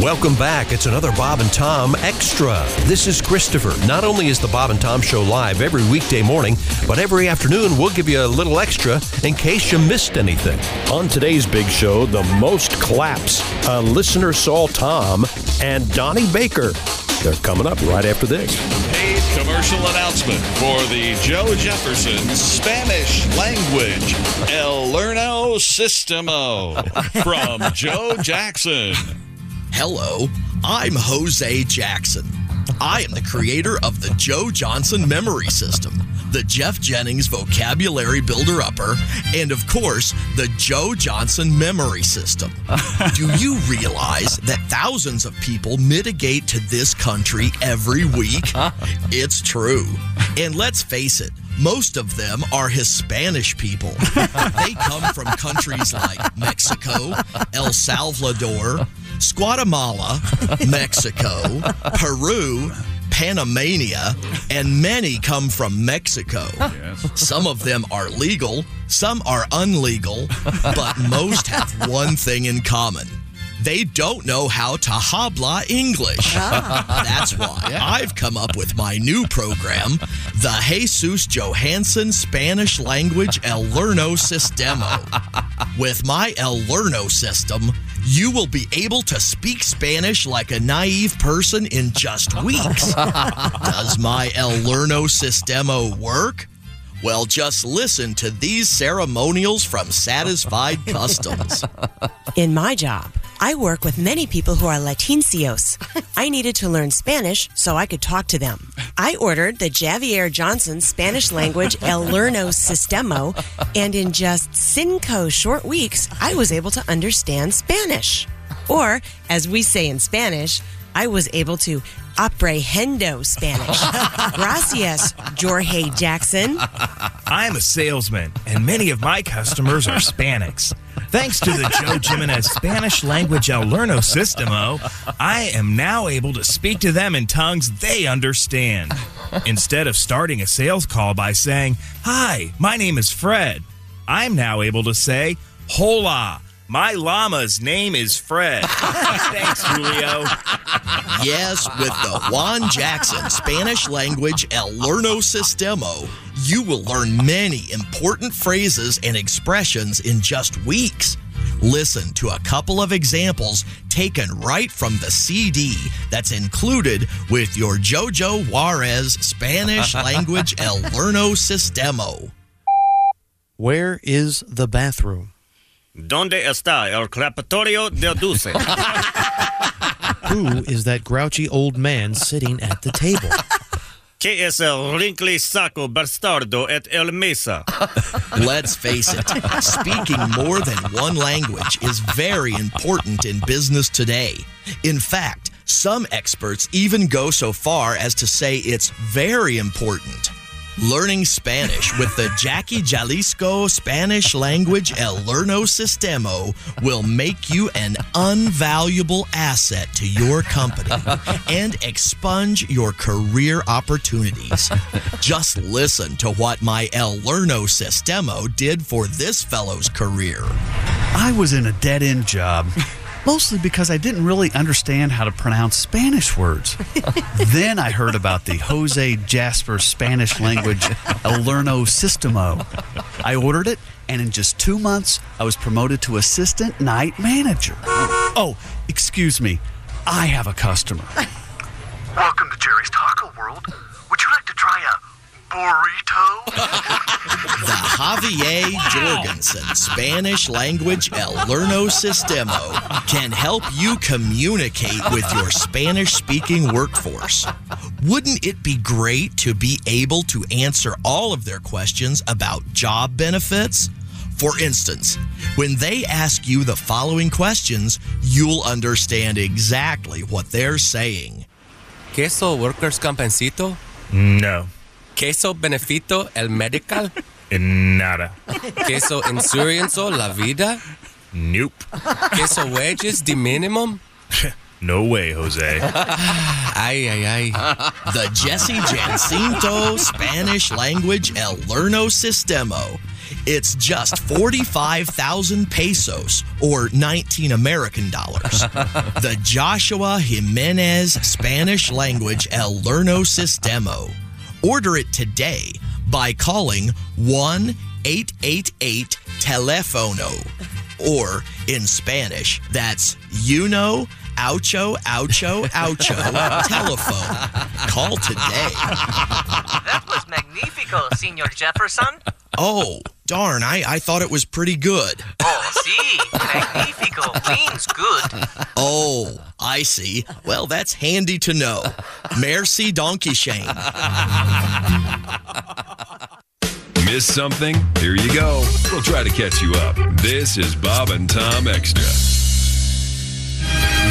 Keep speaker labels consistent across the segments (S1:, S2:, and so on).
S1: Welcome back. It's another Bob and Tom Extra. This is Christopher. Not only is the Bob and Tom Show live every weekday morning, but every afternoon we'll give you a little extra in case you missed anything.
S2: On today's big show, the most claps. A listener saw Tom and Donnie Baker. They're coming up right after this.
S3: Paid commercial announcement for the Joe Jefferson Spanish language El Lerno Sistemo from Joe Jackson.
S4: Hello, I'm Jose Jackson. I am the creator of the Joe Johnson Memory System, the Jeff Jennings Vocabulary Builder Upper, and of course, the Joe Johnson Memory System. Do you realize that thousands of people mitigate to this country every week? It's true. And let's face it, most of them are Hispanic people. They come from countries like Mexico, El Salvador, Guatemala, Mexico, Peru, Panamania, and many come from Mexico. Some of them are legal, some are unlegal, but most have one thing in common. They don't know how to habla English. That's why I've come up with my new program, the Jesus Johansson Spanish Language El Lerno Sistema. With my El Lerno system, you will be able to speak Spanish like a naive person in just weeks. Does my El Lerno Sistema work? Well, just listen to these ceremonials from Satisfied Customs.
S5: In my job, I work with many people who are Latincios. I needed to learn Spanish so I could talk to them. I ordered the Javier Johnson Spanish language El Lerno Sistemo, and in just cinco short weeks, I was able to understand Spanish. Or, as we say in Spanish, I was able to apprehendo Spanish. Gracias, Jorge Jackson.
S6: I am a salesman, and many of my customers are Hispanics. Thanks to the Joe Jimenez Spanish language El Lerno Sistemo, I am now able to speak to them in tongues they understand. Instead of starting a sales call by saying, Hi, my name is Fred, I'm now able to say, Hola, my llama's name is Fred. Thanks, Julio.
S4: Yes, with the Juan Jackson Spanish language El Lerno Sistemo, you will learn many important phrases and expressions in just weeks. Listen to a couple of examples taken right from the CD that's included with your JoJo Juarez Spanish language El Lerno Sistemo.
S7: Where is the bathroom?
S8: ¿Dónde está el crepitorio del dulce?
S7: Who is that grouchy old man sitting at the table?
S8: ¿Qué es el rincli saco bastardo et el mesa?
S4: Let's face it, speaking more than one language is very important in business today. In fact, some experts even go so far as to say it's very important. Learning Spanish with the Jackie Jalisco Spanish language El Lerno Sistemo will make you an unvaluable asset to your company and expunge your career opportunities. Just listen to what my El Lerno Sistemo did for this fellow's career.
S9: I was in a dead end job, mostly because I didn't really understand how to pronounce Spanish words. then I heard about the Jose Jasper Spanish language El Lerno Sistemo. I ordered it, and in just two months, I was promoted to assistant night manager. Oh, excuse me, I have a customer.
S10: Welcome to Jerry's Taco World. Would you like to try a burrito?
S4: The Javier Jorgensen Spanish language El Lerno Sistemo can help you communicate with your Spanish speaking workforce. Wouldn't it be great to be able to answer all of their questions about job benefits? For instance, when they ask you the following questions, you'll understand exactly what they're saying.
S11: Queso workers compensito?
S6: No,
S11: Queso benefito el medical?
S6: nada.
S11: Queso insurance la vida?
S6: Nope.
S11: Queso wages de minimum?
S6: No way, Jose.
S11: Ay, ay, ay.
S4: the Jesse Jacinto Spanish language El Lerno Sistemo. It's just 45,000 pesos or 19 American dollars. The Joshua Jimenez Spanish Language El Lerno Sistemo. Order it today by calling 1 888 Telefono. Or in Spanish, that's you know, oucho, oucho, oucho, telephone. Call today.
S12: That was magnifico, Senor Jefferson.
S4: Oh, darn, I, I thought it was pretty good.
S12: Oh, see, magnifico means good.
S4: Oh, I see. Well, that's handy to know. Merci, Donkey Shane.
S13: Miss something? Here you go. We'll try to catch you up. This is Bob and Tom Extra.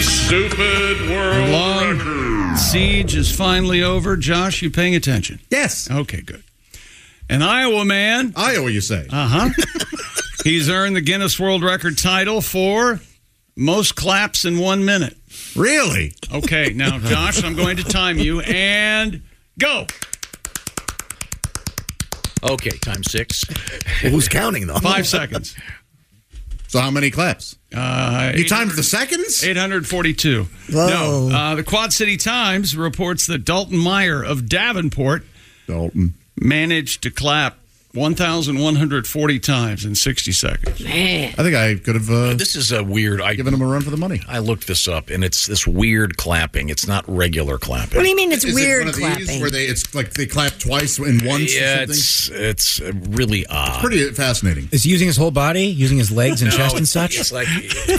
S3: Stupid world
S14: Long siege is finally over. Josh, you paying attention?
S15: Yes.
S14: Okay, good. An Iowa man.
S15: Iowa, you say?
S14: Uh huh. He's earned the Guinness World Record title for most claps in one minute.
S15: Really?
S14: Okay, now, Josh, I'm going to time you and go.
S16: Okay, time six.
S15: Who's counting though?
S14: Five seconds.
S15: So how many claps?
S14: Uh,
S15: you timed the seconds?
S14: 842. No. Uh, the Quad City Times reports that Dalton Meyer of Davenport
S15: Dalton
S14: managed to clap 1,140 times in 60 seconds.
S16: Man.
S15: I think I could have. Uh,
S16: this is a weird. I
S15: given him a run for the money.
S16: I looked this up, and it's this weird clapping. It's not regular clapping.
S17: What do you mean it's
S15: Is it
S17: weird
S15: one of
S17: clapping?
S15: These where they it's like they clap twice in once.
S16: Yeah,
S15: or something?
S16: it's it's really odd.
S15: pretty fascinating.
S18: Is he using his whole body, using his legs and
S16: No,
S18: chest and
S16: it's-
S18: such?
S16: It's like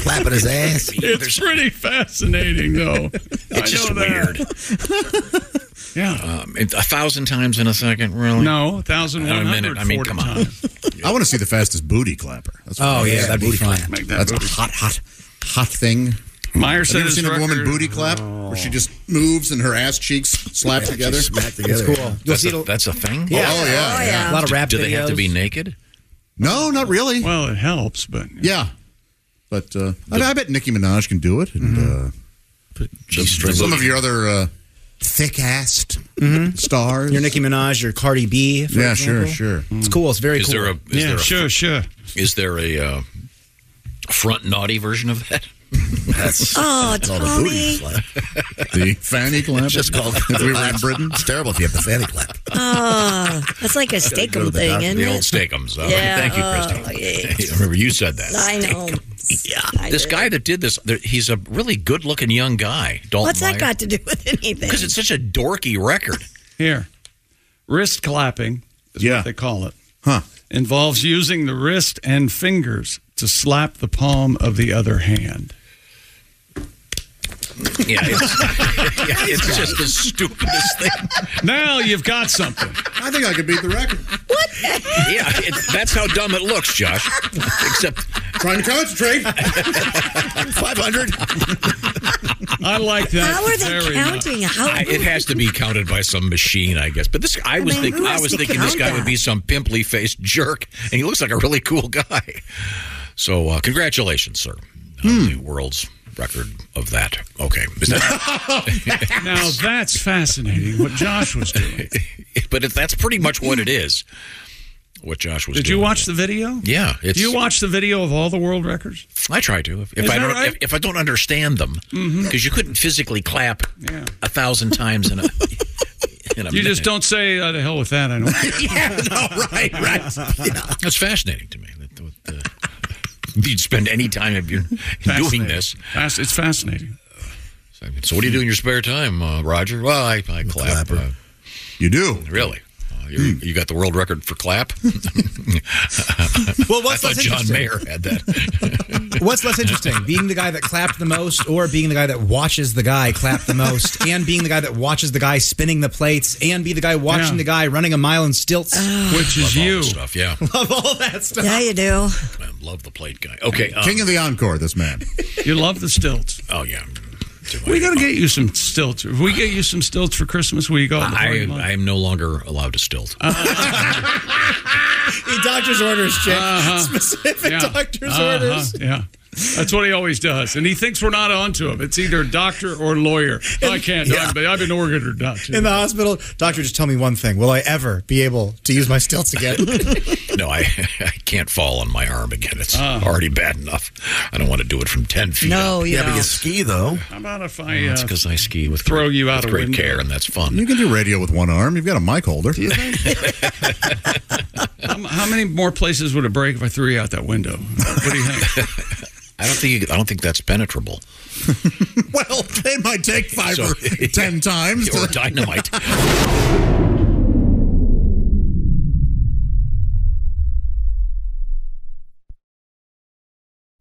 S18: Clapping his ass.
S14: It's pretty fascinating, though.
S16: It's just weird.
S14: yeah.
S16: Um, it- a thousand times in a second, really?
S14: No,
S16: In a minute.
S14: 1,140
S16: I mean, come on.
S14: times.
S15: I want to see the fastest booty clapper. That's what
S18: Oh,
S15: I-
S18: yeah, that'd be
S15: booty
S18: fun.
S15: clap.
S14: Make that
S15: That's
S14: booty
S15: a hot, hot, hot thing.
S14: Meyer
S15: Have
S14: said
S15: you ever
S14: his
S15: seen a woman
S14: record-
S15: booty clap where she just moves and her ass cheeks slap together?
S18: smack together. It's cool. You'll
S16: That's
S18: see
S16: a, that's a thing?
S15: Yeah. Oh, yeah, Oh, yeah. yeah.
S18: A lot of
S16: Do-
S18: rap
S16: Do they have to
S18: videos.
S16: be naked?
S15: No, not really.
S14: Well, it helps, but
S15: Yeah, but uh, I, mean, I bet Nicki Minaj can do it, and
S18: Mm-hmm.
S15: uh,
S16: G-string.
S15: some of your other uh,
S18: thick assed
S15: stars.
S18: Your Nicki Minaj, your Cardi B. For
S15: yeah,
S18: example.
S15: sure, sure.
S18: It's cool. It's very
S16: Is
S18: cool.
S16: there a is there a,
S14: sure, sure.
S16: is there a uh, front naughty version of that? That's
S17: Oh, Tommy.
S15: The fanny clap.
S16: just called
S15: if we were in Britain.
S19: It's terrible if you have the fanny clap.
S17: Oh, that's like a
S16: Go to
S17: steakum
S16: the
S17: thing,
S16: doc-
S17: isn't
S16: the old
S17: it?
S16: steakums. All right,
S17: Yeah,
S16: Thank you,
S17: oh,
S16: Christy. I remember you said that.
S17: I know. I
S16: this
S17: did.
S16: guy that did this, there- he's a really good-looking young guy. Dalton
S17: What's that got to do with anything?
S16: Because it's such a dorky record.
S14: Here, wrist clapping is
S15: Yeah.
S14: what they call it.
S15: Huh.
S14: Involves using the wrist and fingers to slap the palm of the other hand.
S16: Yeah, it's, yeah, it's just the stupidest thing.
S14: Now you've got something.
S15: I think I could beat the record.
S16: Yeah, it, that's how dumb it looks, Josh. Except
S15: Trying to concentrate.
S16: 500.
S14: I like that.
S17: How are they
S14: very much.
S17: counting? How?
S16: I, it has to be counted by some machine, I guess. But this, I was
S17: mean,
S16: thinking,
S17: who
S16: I
S17: has
S16: was
S17: to
S16: thinking this
S17: count
S16: guy
S17: that?
S16: would be some pimply faced jerk, and he looks like a really cool guy. So, uh, congratulations, sir,
S17: Hmm.
S16: on the world's record of that. Okay, Is that-
S14: Now that's fascinating. What Josh was doing.
S16: but if that's pretty much what it is. What Josh was
S14: Did
S16: doing.
S14: you watch the video?
S16: Yeah, it's.
S14: Do you watch the video of all the world records?
S16: I try to. If, if
S14: Is
S16: I
S14: that
S16: don't,
S14: right? Mm-hmm.
S16: if, if I don't understand them, because you couldn't physically clap
S14: Yeah.
S16: a thousand times in a. In a
S14: You just
S16: minute.
S14: don't say uh, the hell with that. I know.
S16: right, right. That's fascinating to me. That, that, uh, you'd spend any time if you're doing this.
S14: Fas- It's fascinating.
S16: So, what do you do in your spare time, uh, Roger? Well, I, I clap. Uh,
S15: You do. Hmm.
S16: really? Uh, you're, You got the world record for clap?
S18: Well,
S16: I
S18: what's
S16: thought
S18: less
S16: John
S18: interesting?
S16: Mayer had that.
S18: What's less interesting, being the guy that clapped the most, or being the guy that watches the guy clap the most, and being the guy that watches the guy spinning the plates, and be the guy watching
S14: Yeah.
S18: the guy running a mile in stilts?
S14: Which is
S16: All
S14: you.
S16: that stuff, yeah.
S18: Love all that stuff.
S17: Yeah, you do.
S16: I love the plate guy. Okay. Um,
S15: King of the encore. This man.
S14: You love the stilts.
S16: oh, yeah. Do I-
S14: We got to get you some stilts. If we get you some stilts for Christmas, will you go?
S16: I, I am no longer allowed to stilt.
S18: The doctor's orders, Jake.
S14: Uh-huh.
S18: Specific
S14: yeah.
S18: doctor's
S14: Uh-huh.
S18: orders.
S14: Yeah. That's what he always does, and he thinks we're not onto him. It's either doctor or lawyer. I can't. I'm- I've been ordered not to.
S18: In the hospital, doctor, just tell me one thing. Will I ever be able to use my stilts again?
S16: no, I, I can't fall on my arm again. It's
S14: Uh-huh.
S16: already bad enough. I don't want to do it from ten feet.
S14: No,
S16: up.
S14: you Yeah, but you don't.
S16: ski though.
S14: How about if I?
S16: Yeah.
S14: Uh,
S16: That's because I ski with
S14: Throw
S16: great,
S14: you out
S16: with
S14: a
S16: great
S14: window.
S16: care, and that's fun.
S15: You can do radio with one arm. You've got a mic holder.
S14: how, how many more places would it break if I threw you out that window? What do you think?
S16: I don't think you, I don't think that's penetrable.
S15: well, it might take five
S16: So-
S15: or ten times.
S16: Or dynamite.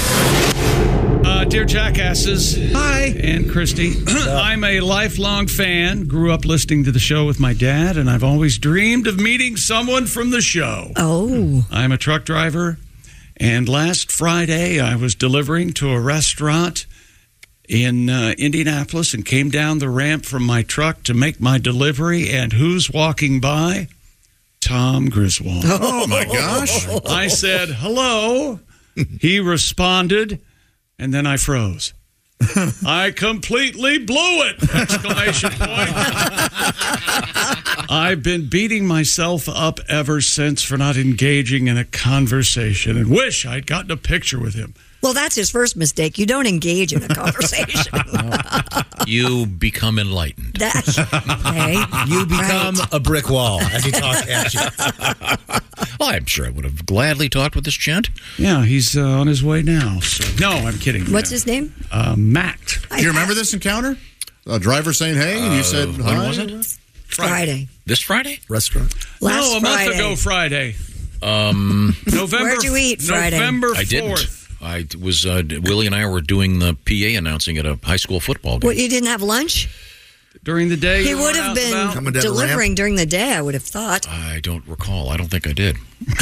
S14: Uh, dear jackasses. Hi. And Christy. I'm a lifelong fan. Grew up listening to the show with my dad, and I've always dreamed of meeting someone from the show.
S17: Oh.
S14: I'm a truck driver, and last Friday I was delivering to a restaurant in uh, Indianapolis and came down the ramp from my truck to make my delivery, and who's walking by? Tom Griswold.
S15: Oh, my gosh.
S14: I said, hello. He responded, and then I froze. I completely blew it! Exclamation point. I've been beating myself up ever since for not engaging in a conversation and wish I'd gotten a picture with him.
S17: Well, that's his first mistake. You don't engage in a conversation.
S16: you become enlightened.
S17: That-
S18: You become a brick wall as he talks at you.
S16: Well, I'm sure I would have gladly talked with this gent.
S14: Yeah, he's uh, on his way now. So. No, I'm kidding.
S17: What's his name?
S14: Uh, Matt.
S15: Do you remember this encounter? A driver saying hey, and you said
S16: Uh,
S15: hi.
S16: when was it?
S17: Friday.
S16: This Friday?
S15: Restaurant.
S17: Last
S14: no, a month
S17: Friday.
S14: ago Friday.
S16: Um,
S14: November.
S17: Where'd you eat Friday?
S14: November 4th.
S16: I didn't. I was uh, Willie and I were doing the PA announcing at a high school football game.
S17: What, you didn't have lunch?
S14: During the day,
S17: He
S14: you
S17: would
S14: weren't
S17: have
S14: out and about?
S17: been delivering during the day, I would have thought.
S16: I don't recall. I don't think I did.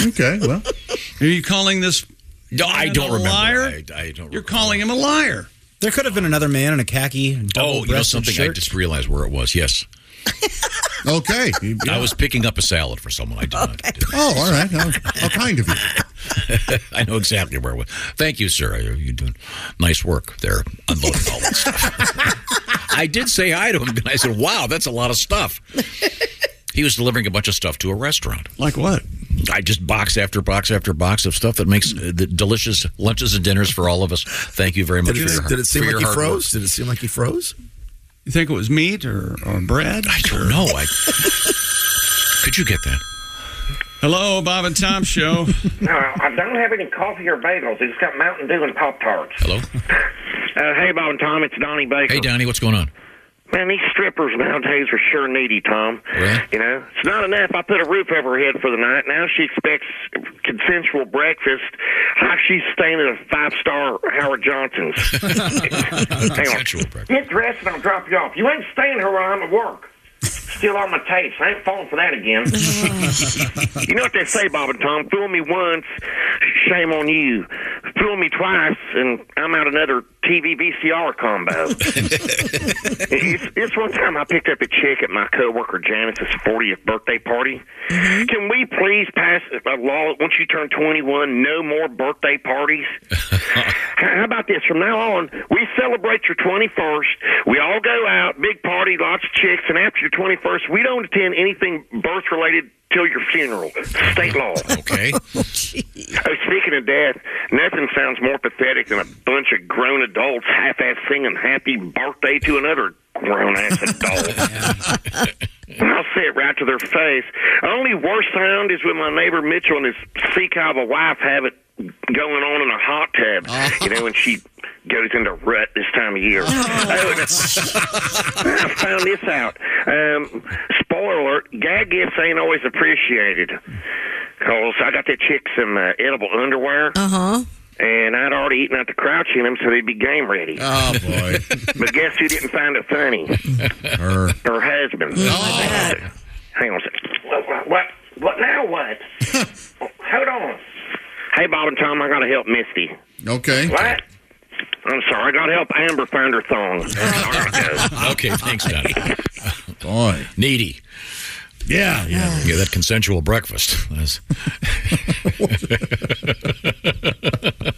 S15: Okay, well,
S14: Are you calling this?
S16: No, I
S14: man
S16: don't
S14: a
S16: remember.
S14: Liar?
S16: I, I don't.
S14: You're calling him a liar.
S18: There could have been another man in a khaki
S16: Oh, you know
S18: double-breasted
S16: something? I
S18: shirt.
S16: just realized where it was. Yes.
S15: okay.
S16: I was picking up a salad for someone. I did not.
S15: Oh, all right. How, how kind of you.
S16: I know exactly where it was. Thank you, sir. You're you're doing nice work there, unloading all that stuff. I did say hi to him, and I said, "Wow, that's a lot of stuff." He was delivering a bunch of stuff to a restaurant.
S14: Like what?
S16: I just box after box after box of stuff that makes uh, the delicious lunches and dinners for all of us. Thank you very much.
S20: Did
S16: for your,
S20: it,
S16: har-
S20: did it seem
S16: for your
S20: like he
S16: hard work.
S20: froze? Did it seem like he froze?
S14: You think it was meat or, or bread? I
S16: don't know. I, could you get that?
S14: Hello, Bob and Tom show.
S21: No, I don't have any coffee or bagels. It's got Mountain Dew and Pop Tarts.
S16: Hello.
S21: Uh, hey, Bob and Tom, it's Donnie Baker.
S16: Hey, Donnie, what's going on?
S21: Man, these strippers nowadays are sure needy, Tom. You know, it's not enough. I put a roof over her head for the night. Now she expects consensual breakfast. Like she's staying at a five star Howard Johnson's.
S16: Consensual breakfast.
S21: Get dressed and I'll drop you off. You ain't staying here while I'm at work. Still on my tapes. I ain't falling for that again. you know what they say, Bob and Tom? Fool me once, shame on you. Fool me twice, and I'm out another TV VCR combo. it's, it's one time I picked up a chick at my coworker Janice's 40th birthday party.
S16: Mm-hmm.
S21: Can we please pass a law that once you turn 21, no more birthday parties? How about this? From now on, we celebrate your 21st. We all go out, big party, lots of chicks, and after your 21st, we don't attend anything birth related till your funeral. State law. Okay. oh, speaking of death, nothing sounds more pathetic than a bunch of grown adults half ass singing happy birthday to another grown ass adult. And I'll say it right to their face. Only worse sound is when my neighbor Mitchell and his sea cow of a wife have it going on in a hot tub. You know, when she goes into rut this time of year. Oh, and I found this out. Um, spoiler alert, gag gifts ain't always appreciated. Because I got that chick some uh, edible underwear.
S17: Uh huh.
S21: And I'd already eaten out the crouch in them, so they'd be game ready. Oh, boy. but guess who didn't find it funny? Her. Oh. Her husband.
S16: Oh,
S21: Hang on a second. What, what, what now what? Hold on. Hey, Bob and Tom, I got to help Misty.
S15: Okay.
S21: What? I'm sorry, I got to help Amber find her thong.
S16: okay, thanks, Donnie.
S15: Boy.
S16: Needy. Yeah, yeah. Yeah, that consensual breakfast. That's-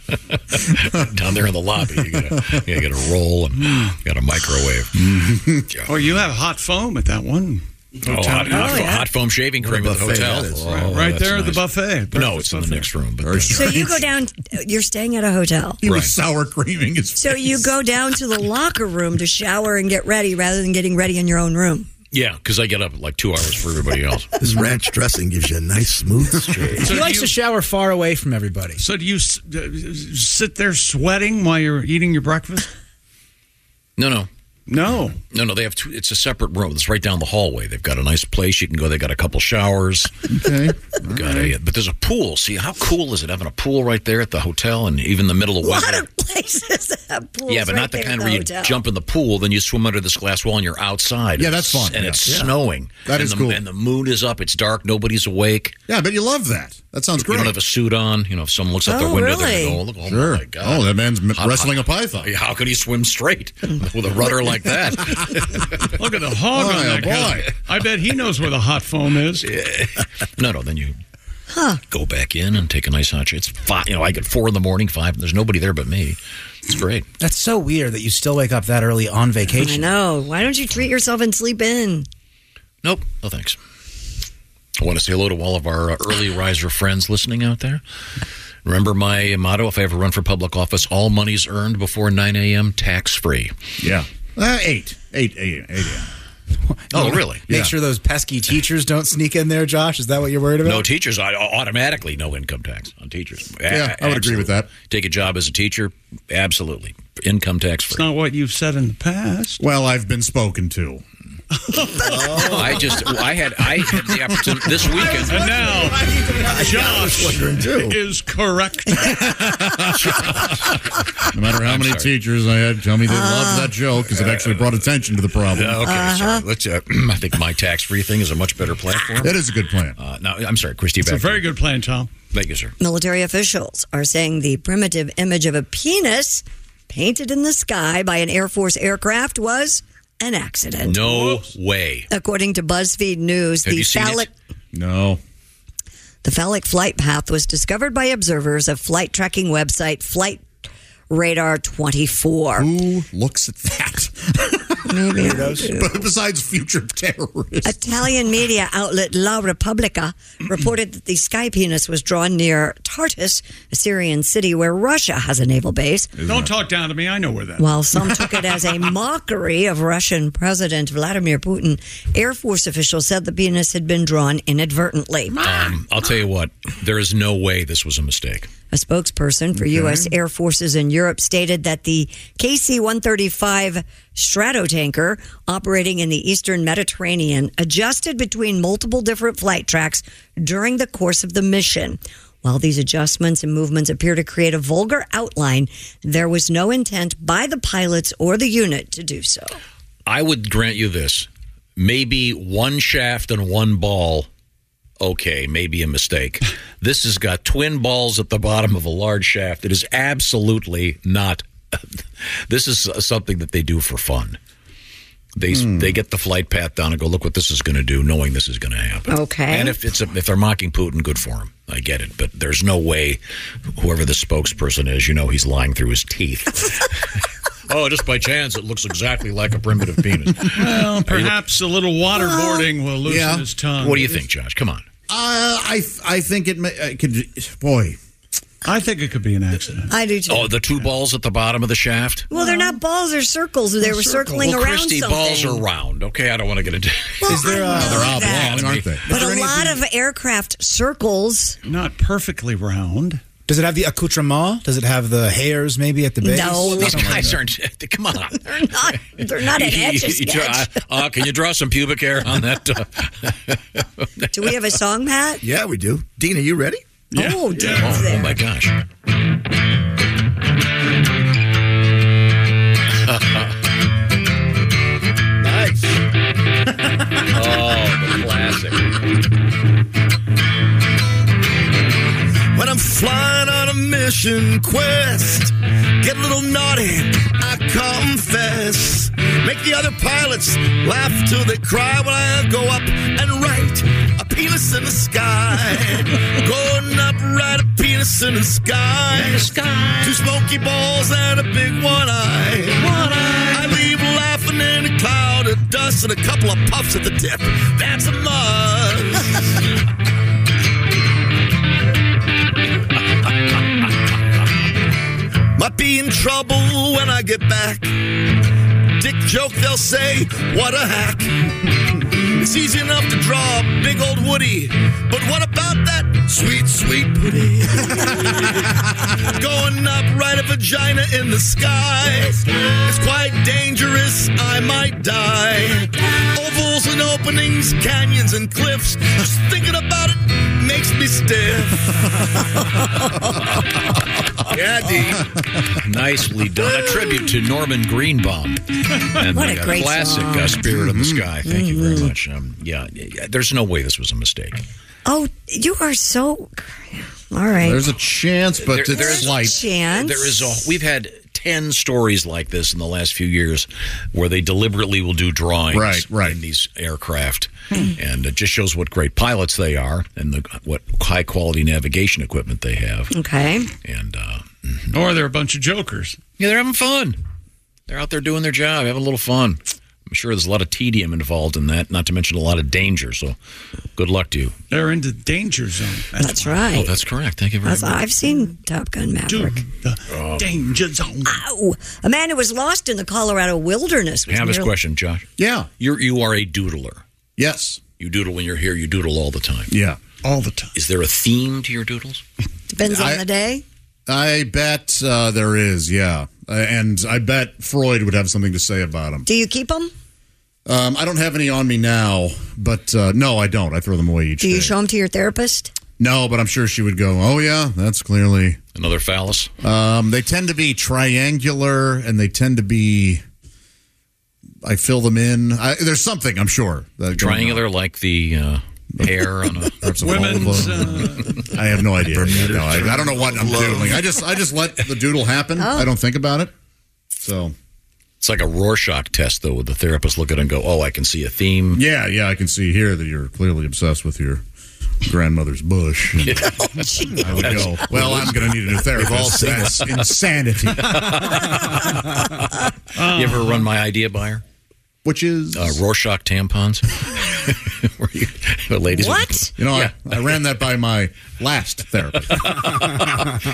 S16: Down there in the lobby, you gotta, you gotta roll and you gotta microwave.
S14: Or you have hot foam at that one.
S16: Oh,
S14: hotel.
S16: hot, hot, hot foam shaving cream at the
S14: buffet
S16: hotel.
S14: that is,
S16: Oh,
S14: right. Right
S16: that's
S14: there at the buffet.
S16: No, it's in the next room. But
S17: So you go down. You're staying at a hotel.
S16: He was Right. sour
S15: creaming his.
S17: So you go down to the locker room to shower and get ready, rather than getting ready in your own room.
S16: yeah, because I get up at like two hours for everybody else.
S1: This ranch dressing gives you a nice smooth shave.
S18: he likes to shower far away from everybody.
S14: So do you s- d- sit there sweating while you're eating your breakfast?
S16: No, no.
S14: No.
S16: No, no. They have two. It's a separate room. It's right down the hallway. They've got a nice place you can go. They got a couple showers.
S15: Okay.
S16: They've got a, but there's a pool. See how cool is it having a pool right there at the hotel and even the middle of weather.
S17: Places have pools.
S16: Yeah, but
S17: right
S16: not the
S17: there
S16: kind
S17: at
S16: where you
S17: hotel.
S16: jump in the pool, then you swim under this glass wall and you're outside.
S15: Yeah,
S16: and
S15: that's
S16: it's-
S15: fun.
S16: And
S15: Yeah.
S16: it's
S15: Yeah.
S16: snowing.
S15: That
S16: and
S15: is
S16: the,
S15: cool.
S16: And the moon is up. It's dark. Nobody's awake.
S15: Yeah, but you love that. That sounds
S16: You
S15: great.
S16: don't have a suit on. You know, if someone looks out their
S15: Oh,
S16: window, they're
S15: really?
S16: going, oh, look, oh
S15: Sure.
S16: my God.
S15: Oh, that man's m- wrestling
S16: how,
S15: a python.
S16: Yeah, How could he swim straight with a rudder like that?
S14: Look at the hog
S16: Boy,
S14: on that
S16: oh,
S14: guy. I bet he knows where the hot foam is.
S16: no, no, then you go back in and take a nice hot shower. It's five, you know, I get four in the morning, five, and there's nobody there but me. It's great.
S18: That's so weird that you still wake up that early on
S17: I
S18: vacation.
S17: know. Why don't you treat yourself and sleep in?
S16: Nope. No thanks. I want to say hello to all of our uh, early riser friends listening out there. Remember my motto: If I ever run for public office, all monies earned before 9 a.m. tax free.
S15: Yeah. Uh, eight. Eight. Eight. eight yeah.
S16: Oh, really?
S18: Make
S16: Yeah.
S18: sure those pesky teachers don't sneak in there, Josh. Is that what you're worried about?
S16: No teachers, I automatically no income tax on teachers.
S18: Yeah, I would agree with
S15: that.
S16: Take a job as a teacher, absolutely income tax free.
S14: It's not what you've said in the past.
S15: Well, I've been spoken to.
S16: I just, I had, I had the opportunity this weekend.
S14: And now, Josh
S15: wondering, too.
S14: is correct.
S15: No matter how
S16: I'm
S15: many
S16: sorry.
S15: teachers I had tell me
S17: Uh,
S15: they loved that joke because it actually brought attention to the problem.
S16: Yeah, okay, sorry. Let's. Uh, I think my tax-free thing is a much better platform.
S15: That is a good plan.
S16: Uh, no, I'm sorry, Christy.
S14: It's a
S16: Back.
S14: very good plan, Tom.
S16: Thank you, sir.
S17: Military officials are saying the primitive image of a penis painted in the sky by an Air Force aircraft was an accident.
S16: No way.
S17: According to BuzzFeed News,
S16: Have
S17: the
S16: you seen
S17: phallic
S16: it?
S15: No.
S17: the phallic flight path was discovered by observers of flight tracking website Flight Radar 24.
S15: Who looks at that?
S17: Maybe I do.
S15: But besides future terrorists.
S17: Italian media outlet La Repubblica reported that the sky penis was drawn near Tartus, a Syrian city where Russia has a naval base.
S14: Don't talk down to me. I know where that is.
S17: While some took it as a mockery of Russian President Vladimir Putin, Air Force officials said the penis had been drawn inadvertently.
S16: Um, I'll tell you what. There is no way this was a mistake.
S17: A spokesperson for U.S. Air Forces in Europe stated that the KC 135 Stratotanker operating in the eastern Mediterranean adjusted between multiple different flight tracks during the course of the mission. While these adjustments and movements appear to create a vulgar outline, there was no intent by the pilots or the unit to do so.
S16: I would grant you this. Maybe one shaft and one ball okay, maybe a mistake. This has got twin balls at the bottom of a large shaft. It is absolutely not. this is something that they do for fun. They they get the flight path down and go look what this is going to do, knowing this is going to happen.
S17: Okay.
S16: And if it's if they're mocking Putin, good for him. I get it, but there's no way whoever the spokesperson is, you know, he's lying through his teeth. oh, just by chance, it looks exactly like a primitive penis.
S14: Well, perhaps a little waterboarding will loosen
S15: Yeah.
S14: his tongue.
S16: What do you think, Josh? Come on.
S15: Uh, I I think it may, it could. Boy,
S14: I think it could be an accident.
S17: I do too.
S16: Oh, the two balls at the bottom of the shaft.
S17: well, they're not balls; they're circles. They were circling
S16: well,
S17: around
S16: Christy,
S17: something.
S16: balls are round. Okay, I don't want to get into.
S17: Well, Is there I a- know
S16: they're
S17: that.
S16: oblong, aren't they?
S17: but a lot of aircraft circles.
S14: Not perfectly round.
S18: Does it have the accoutrement? Does it have the hairs maybe at the base?
S17: No.
S16: These
S18: Something like
S16: guys
S18: that.
S16: aren't. Come on.
S17: They're not. They're not an
S16: You-
S17: edge
S16: you- you draw-
S17: sketch.
S16: uh, can you draw some pubic hair on that? uh,
S17: Do we have a song, Pat?
S1: Yeah, we do. Dean, are you ready?
S17: Oh, Dean's
S16: Oh,
S17: there.
S16: oh my gosh. nice. oh, the classic.
S1: When I'm flying on a mission quest, get a little naughty, I confess. Make the other pilots laugh till they cry when I go up and right a penis in the sky. Going up right a penis in the sky. Two smoky balls and a big one eye. One eye. I leave laughing in a cloud of dust and a couple of puffs at the tip. That's a must. Might be in trouble when I get back. Dick joke, they'll say, what a hack. It's easy enough to draw a big old Woody, but what about that sweet, sweet putty? Going up right a vagina in the sky. It's quite dangerous, I might die. Ovals and openings, canyons and cliffs. Just thinking about it makes me stiff.
S16: Yeah, Dean. Nicely done. A tribute to Norman Greenbaum and
S1: What
S16: the
S1: a great
S16: classic
S1: song. Mm-hmm.
S16: uh, "Spirit of the Sky." Thank you very
S17: Mhm.
S16: much. Um, yeah, yeah, there's no way this was a mistake.
S17: Oh, you are so. All right.
S15: there's a chance, but
S16: There-
S15: it's
S16: there's
S15: like
S17: chance.
S16: There is a. We've had ten stories like this in the last few years, where they deliberately will do drawings
S15: Right, right.
S16: in these aircraft,
S17: Hmm.
S16: and it just shows what great pilots they are and the, what high quality navigation equipment they have.
S17: Okay.
S16: And uh,
S14: Or they're a bunch of jokers.
S16: yeah, they're having fun. They're out there doing their job, having a little fun. I'm sure there's a lot of tedium involved in that, not to mention a lot of danger. So, good luck to you.
S14: They're in the danger zone.
S17: That's right.
S16: Oh, that's correct. Thank you very
S17: That's-
S16: much.
S17: I've seen Top Gun Maverick.
S16: Oh.
S14: danger zone.
S17: Ow! A man who was lost in the Colorado wilderness.
S16: Can I
S17: was
S16: have his
S17: nearly-
S16: question, Josh?
S15: Yeah.
S16: You're you are a doodler.
S15: Yes.
S16: You doodle when you're here, you doodle all the time.
S15: Yeah.
S14: all the time.
S16: Is there a theme to your doodles?
S17: Depends on
S15: I-
S17: the day.
S15: I bet uh, there is. Yeah, uh, and I bet Freud would have something to say about him.
S17: Do you keep them?
S15: Um, I don't have any on me now, but uh, no, I don't. I throw them away each
S17: Do you
S15: day.
S17: show them to your therapist?
S15: No, but I'm sure she would go. Oh yeah, that's clearly
S16: another phallus.
S15: Um, they tend to be triangular, and they tend to be. I fill them in. I, there's something I'm sure. That
S16: Triangular like the uh, hair on a
S15: Perhaps a Women's,
S4: uh,
S15: volvo. I have no idea.
S16: uh, Bermuda
S15: No, I, I don't know what I'm
S16: Love.
S15: doodling. I just I just let the doodle happen.
S17: Oh.
S15: I don't think about it. So
S16: It's like a Rorschach test though, where the therapist look at it and go, Oh, I can see a theme.
S15: yeah, yeah, I can see here that you're clearly obsessed with your grandmother's bush. And I would go. Well, I'm going to need a new therapist.
S16: We've all seen
S15: That's
S16: it.
S15: insanity.
S16: You ever run my idea by her?
S15: Which is
S16: uh, Rorschach tampons. Where you, the ladies would-
S15: You know,
S16: yeah.
S15: I, I ran that by my last therapist.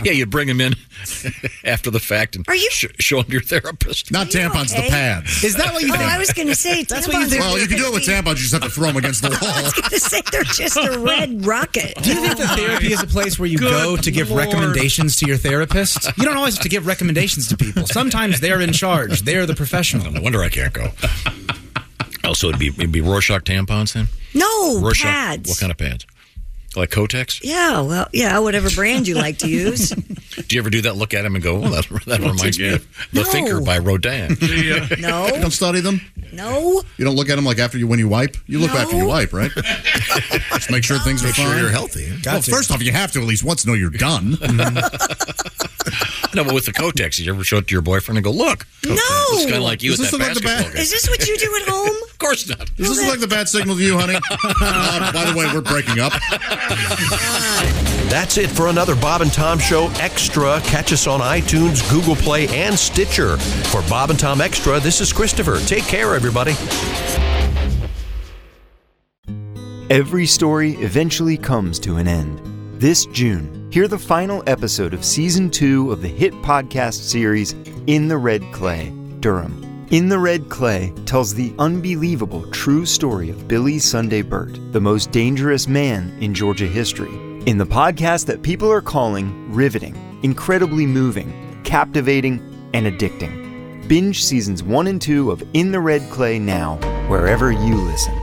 S16: yeah, you bring them in after the fact and
S15: Are you-
S16: sh- show them your therapist.
S15: Not tampons, the pads.
S17: Is that what you Oh, think? I was gonna say,
S15: That's what you
S17: tampons
S15: think.
S17: are
S15: Well, you can do it with
S17: creepy.
S15: tampons. You just have to throw them against the
S17: I was
S15: wall.
S17: going to say they're just a red rocket.
S18: Do you think that therapy is a place where you
S17: Good
S18: go to give
S17: Lord.
S18: recommendations to your therapist? You don't always have to give recommendations to people. Sometimes they're in charge. They're the professional.
S16: No wonder I can't go. Oh, so it'd be it'd be Rorschach tampons then?
S17: No
S16: Rorschach.
S17: pads.
S16: What kind of pads? Like Kotex?
S17: Yeah, well, yeah, whatever brand you like to use.
S16: Do you ever do that? Look at them and go, oh, that, that
S15: Once
S16: reminds me of The
S17: No.
S16: Thinker by Rodin.
S15: Don't study them.
S17: No.
S15: You don't look at them like after you when you wipe. You look after you wipe, right? Just make sure things are
S1: Make sure
S15: fine.
S1: you're healthy. Got
S15: well,
S1: to.
S15: first off, you have to at least once know you're done.
S16: No, but with the Kotex, you ever show it to your boyfriend and go, look?
S17: No.
S16: It's kind of like you
S15: Is
S16: at
S15: this
S16: that
S15: about the
S16: basketball
S15: ba-
S16: game.
S17: Is this what you do at home?
S16: Of course not.
S15: This is like the bad signal to you, honey. Uh, by the way, we're breaking up.
S2: That's it for another Bob and Tom Show Extra. Catch us on iTunes, Google Play, and Stitcher. For Bob and Tom Extra, this is Christopher. Take care, everybody.
S5: Every story eventually comes to an end. This June, hear the final episode of season two of the hit podcast series In the Red Clay, Durham. In the Red Clay tells the unbelievable true story of Billy Sunday Burt, the most dangerous man in Georgia history. In the podcast that people are calling riveting, incredibly moving, captivating, and addicting. Binge seasons one and two of In the Red Clay now, wherever you listen.